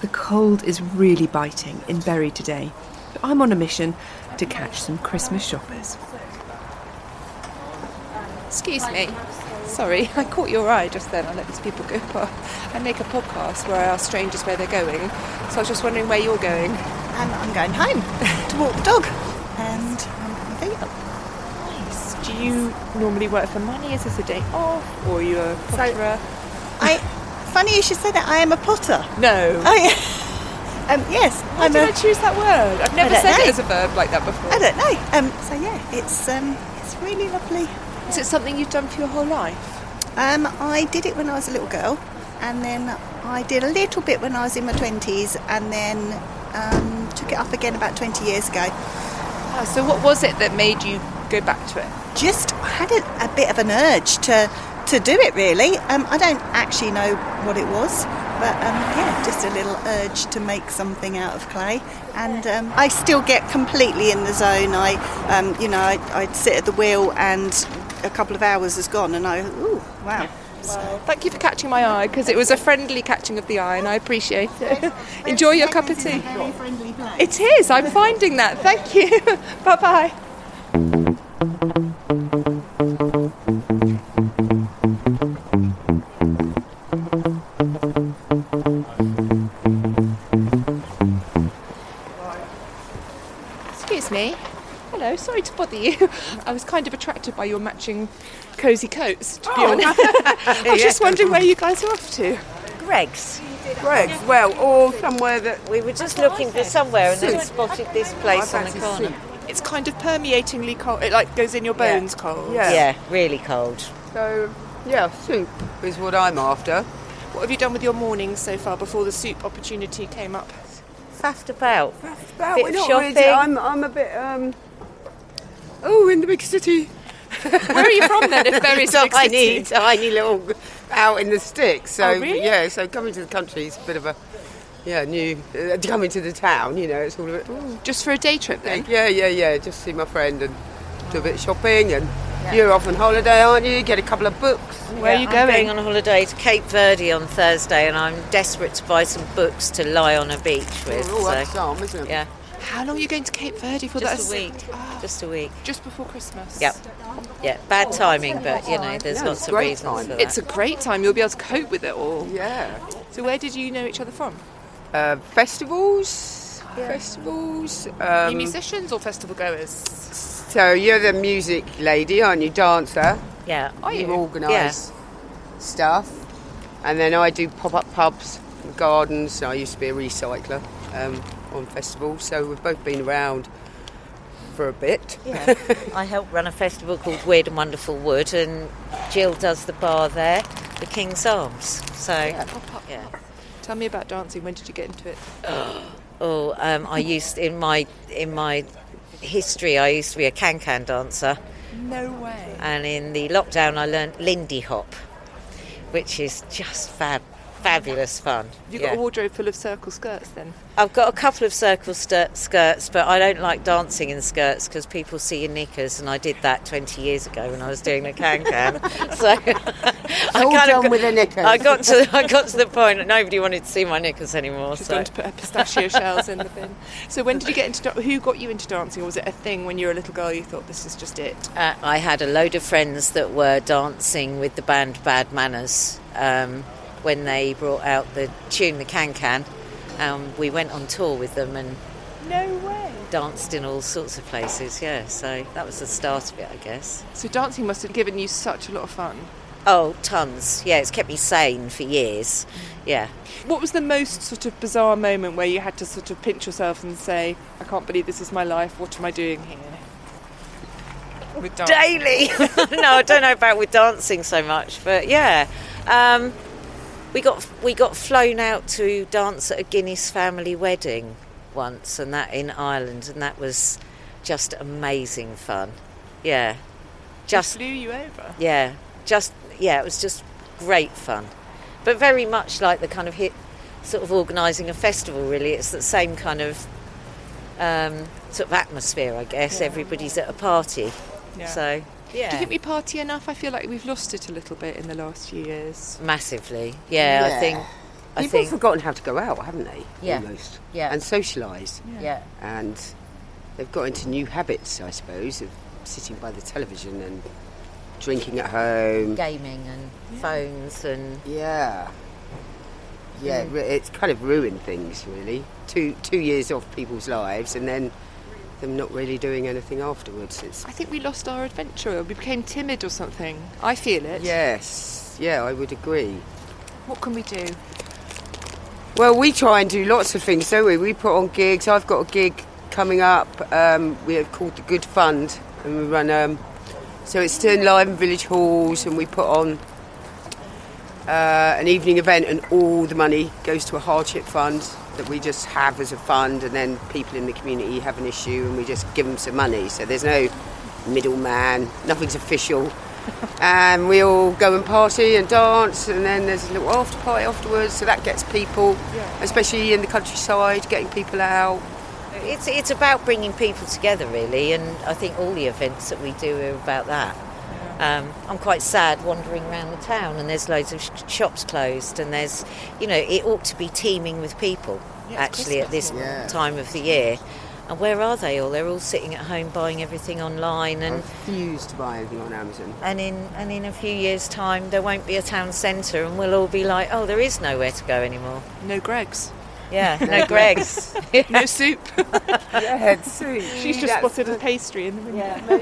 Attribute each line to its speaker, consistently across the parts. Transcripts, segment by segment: Speaker 1: The cold is really biting in Bury today, but I'm on a mission to catch some Christmas shoppers.
Speaker 2: Excuse me. Sorry, I caught your eye just then. I noticed people go past. I make a podcast where I ask strangers where they're going, so I was just wondering where you're going.
Speaker 3: Um, I'm going home to walk the dog, and I'm available.
Speaker 2: Do you normally work for money? Is this a day off, or are you a potterer?
Speaker 3: I, funny you should say that. I am a potter.
Speaker 2: no.
Speaker 3: I, um, yes,
Speaker 2: Why
Speaker 3: I'm
Speaker 2: did I
Speaker 3: a.
Speaker 2: choose that word? I've never
Speaker 3: don't
Speaker 2: said it
Speaker 3: know.
Speaker 2: as a verb like that before.
Speaker 3: I don't know. Um, so yeah, it's um, it's really lovely.
Speaker 2: Is it something you've done for your whole life?
Speaker 3: Um, I did it when I was a little girl, and then I did a little bit when I was in my twenties, and then um, took it up again about twenty years ago.
Speaker 2: Ah, so what was it that made you go back to it?
Speaker 3: just had a, a bit of an urge to to do it really um, i don't actually know what it was but um, yeah just a little urge to make something out of clay and um, i still get completely in the zone i um, you know I, i'd sit at the wheel and a couple of hours has gone and i ooh wow
Speaker 2: Thank you for catching my eye because it was a friendly catching of the eye and I appreciate it. Enjoy your cup of tea. It is, I'm finding that. Thank you. bye bye. Excuse me. Hello, sorry to bother you. I was kind of attracted by your matching cosy coats, to be honest. I was just wondering where you guys are off to.
Speaker 4: Greg's. Greg's, well, or somewhere that. We were just looking for somewhere and then spotted this place on the corner.
Speaker 2: It's kind of permeatingly cold. It like goes in your
Speaker 4: Yeah.
Speaker 2: bones cold.
Speaker 4: Yeah. really cold.
Speaker 5: So, yeah, soup is what I'm after.
Speaker 2: What have you done with your mornings so far before the soup opportunity came up?
Speaker 4: Faffed about.
Speaker 5: But
Speaker 4: Bit
Speaker 5: we're
Speaker 4: of
Speaker 5: not
Speaker 4: shopping.
Speaker 5: really. I'm, I'm a bit. Um, oh, in the big city.
Speaker 2: Where are you from then? If there is a big
Speaker 5: tiny,
Speaker 2: city?
Speaker 5: tiny little g- out in the sticks. So
Speaker 2: Oh, really?
Speaker 5: yeah, so coming to the country is a bit of a yeah new. Uh, coming to the town, you know, it's all a bit.
Speaker 2: Just for a day trip then.
Speaker 5: Yeah, yeah, yeah. Just see my friend and do a bit of shopping and. You're off on holiday, aren't you? Get a couple of books.
Speaker 2: Where are you
Speaker 4: I'm
Speaker 2: going?
Speaker 4: going on holiday to Cape Verde on Thursday and I'm desperate to buy some books to lie on a beach with.
Speaker 5: Oh, that's
Speaker 4: so,
Speaker 5: some, isn't it?
Speaker 4: yeah,
Speaker 2: How long are you going to Cape Verde for?
Speaker 4: just
Speaker 2: That's- Ah.
Speaker 4: a week. Just a week.
Speaker 2: Just before Christmas.
Speaker 4: Yep. Yeah, bad timing, but you know, there's
Speaker 5: No,
Speaker 4: lots of
Speaker 5: great
Speaker 4: reasons
Speaker 5: timing.
Speaker 4: for that.
Speaker 2: It's a great time. You'll be able to cope with it all.
Speaker 5: Yeah.
Speaker 2: So where did you know each other from?
Speaker 5: Uh, festivals. Festivals.
Speaker 2: Are
Speaker 5: Um,
Speaker 2: you musicians or festival goers?
Speaker 5: so you're the music lady, aren't you? Dancer.
Speaker 4: yeah.
Speaker 2: Are you?
Speaker 5: organise stuff, and then I do pop up pubs, and gardens. and I used to be a recycler um, on festivals, so we've both been around for a bit.
Speaker 4: Yeah. I help run a festival called Weird and Wonderful Wood, and Jill does the bar there, the King's Arms. So, yeah.
Speaker 2: Tell me about dancing. When did you get into it?
Speaker 4: Oh, um, I used in my in my history, I used to be a can-can dancer,
Speaker 2: No way.
Speaker 4: and in the lockdown, I learnt Lindy Hop, which is just fab, fabulous fun.
Speaker 2: Have you
Speaker 4: Yeah.
Speaker 2: got a wardrobe full of circle skirts then?
Speaker 4: I've got a couple of circle skirt, skirts, but I don't like dancing in skirts because people see your knickers, and I did that 20 years ago when I was doing the can can. so I
Speaker 5: all
Speaker 4: kind of
Speaker 5: done
Speaker 4: got-
Speaker 5: with the knickers.
Speaker 4: I got to I got to the point that nobody wanted to see my knickers anymore.
Speaker 2: She's
Speaker 4: so.
Speaker 2: going to put her pistachio shells in the bin. So when did you get into da- who got you into dancing or was it a thing when you were a little girl you thought this is just it?
Speaker 4: Uh, I had a load of friends that were dancing with the band Bad Manners um, when they brought out the tune The Can Can. Um, we went on tour with them and
Speaker 2: No way.
Speaker 4: danced in all sorts of places, yeah. So that was the start of it, I guess.
Speaker 2: So dancing must have given you such a lot of fun.
Speaker 4: Oh, tons. Yeah, it's kept me sane for years. Yeah.
Speaker 2: What was the most sort of bizarre moment where you had to sort of pinch yourself and say, I can't believe this is my life, what am I doing here? With dance.
Speaker 4: Daily! no, I don't know about with dancing so much, but yeah. Um, we got we got flown out to dance at a Guinness family wedding once, and that in Ireland, and that was just amazing fun. Yeah, just
Speaker 2: flew you over.
Speaker 4: yeah, just yeah, it was just great fun, but very much like the kind of hit sort of organising a festival. Really, it's the same kind of um, sort of atmosphere, I guess. Everybody's at a party,
Speaker 2: Yeah.
Speaker 4: so yeah,
Speaker 2: Do you think we party enough? I feel like we've lost it a little bit in the last few years.
Speaker 4: massively. Yeah, I
Speaker 5: Yeah.
Speaker 4: think I
Speaker 5: People
Speaker 4: think.
Speaker 5: have forgotten how to go out, haven't they?
Speaker 4: Yeah.
Speaker 5: Almost.
Speaker 4: Yeah.
Speaker 5: And socialise.
Speaker 4: yeah.
Speaker 5: And they've got into new habits, I suppose, of sitting by the television and drinking at home.
Speaker 4: Gaming and phones and
Speaker 5: Yeah. Yeah, ru- it's kind of ruined things really. Two two years off people's lives, and then them not really doing anything afterwards. It's
Speaker 2: I think we lost our adventure. We became timid or something. I feel it.
Speaker 5: yes, yeah, I would agree.
Speaker 2: What can we do?
Speaker 5: Well, we try and do lots of things, don't we? We put on gigs. I've got a gig coming up. Um, we have called the Good Fund, and we run. Um, so it's still live in village halls, and we put on uh, an evening event, and all the money goes to a hardship fund that we just have as a fund, and then people in the community have an issue, and we just give them some money. So there's no middleman, nothing's official. And we all go and party and dance, and then there's a little after party afterwards, so that gets people, especially in the countryside, getting people out.
Speaker 4: It's it's about bringing people together, really, and I think all the events that we do are about that. Um, I'm quite sad wandering around the town, and there's loads of sh- shops closed, and there's, you know, it ought to be teeming with people actually at this
Speaker 5: Yeah.
Speaker 4: time of the year. And where are they all? They're all sitting at home buying everything online,
Speaker 5: I
Speaker 4: and
Speaker 5: refuse to buy anything on Amazon.
Speaker 4: and in and in a few years' time, there won't be a town centre, and we'll all be like, oh, there is nowhere to go anymore.
Speaker 2: No Greg's.
Speaker 4: Yeah, no Greg's.
Speaker 2: No soup.
Speaker 5: Yeah, soup.
Speaker 2: She's just spotted a pastry in the window.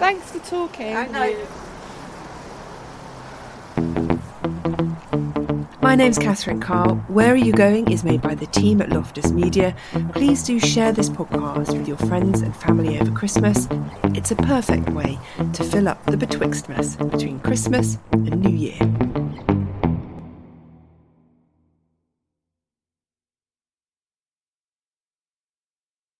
Speaker 2: Thanks for talking.
Speaker 1: My name's Catherine Carr. Where Are You Going is made by the team at Loftus Media. Please do share this podcast with your friends and family over Christmas. It's a perfect way to fill up the betwixtmas between Christmas and New Year.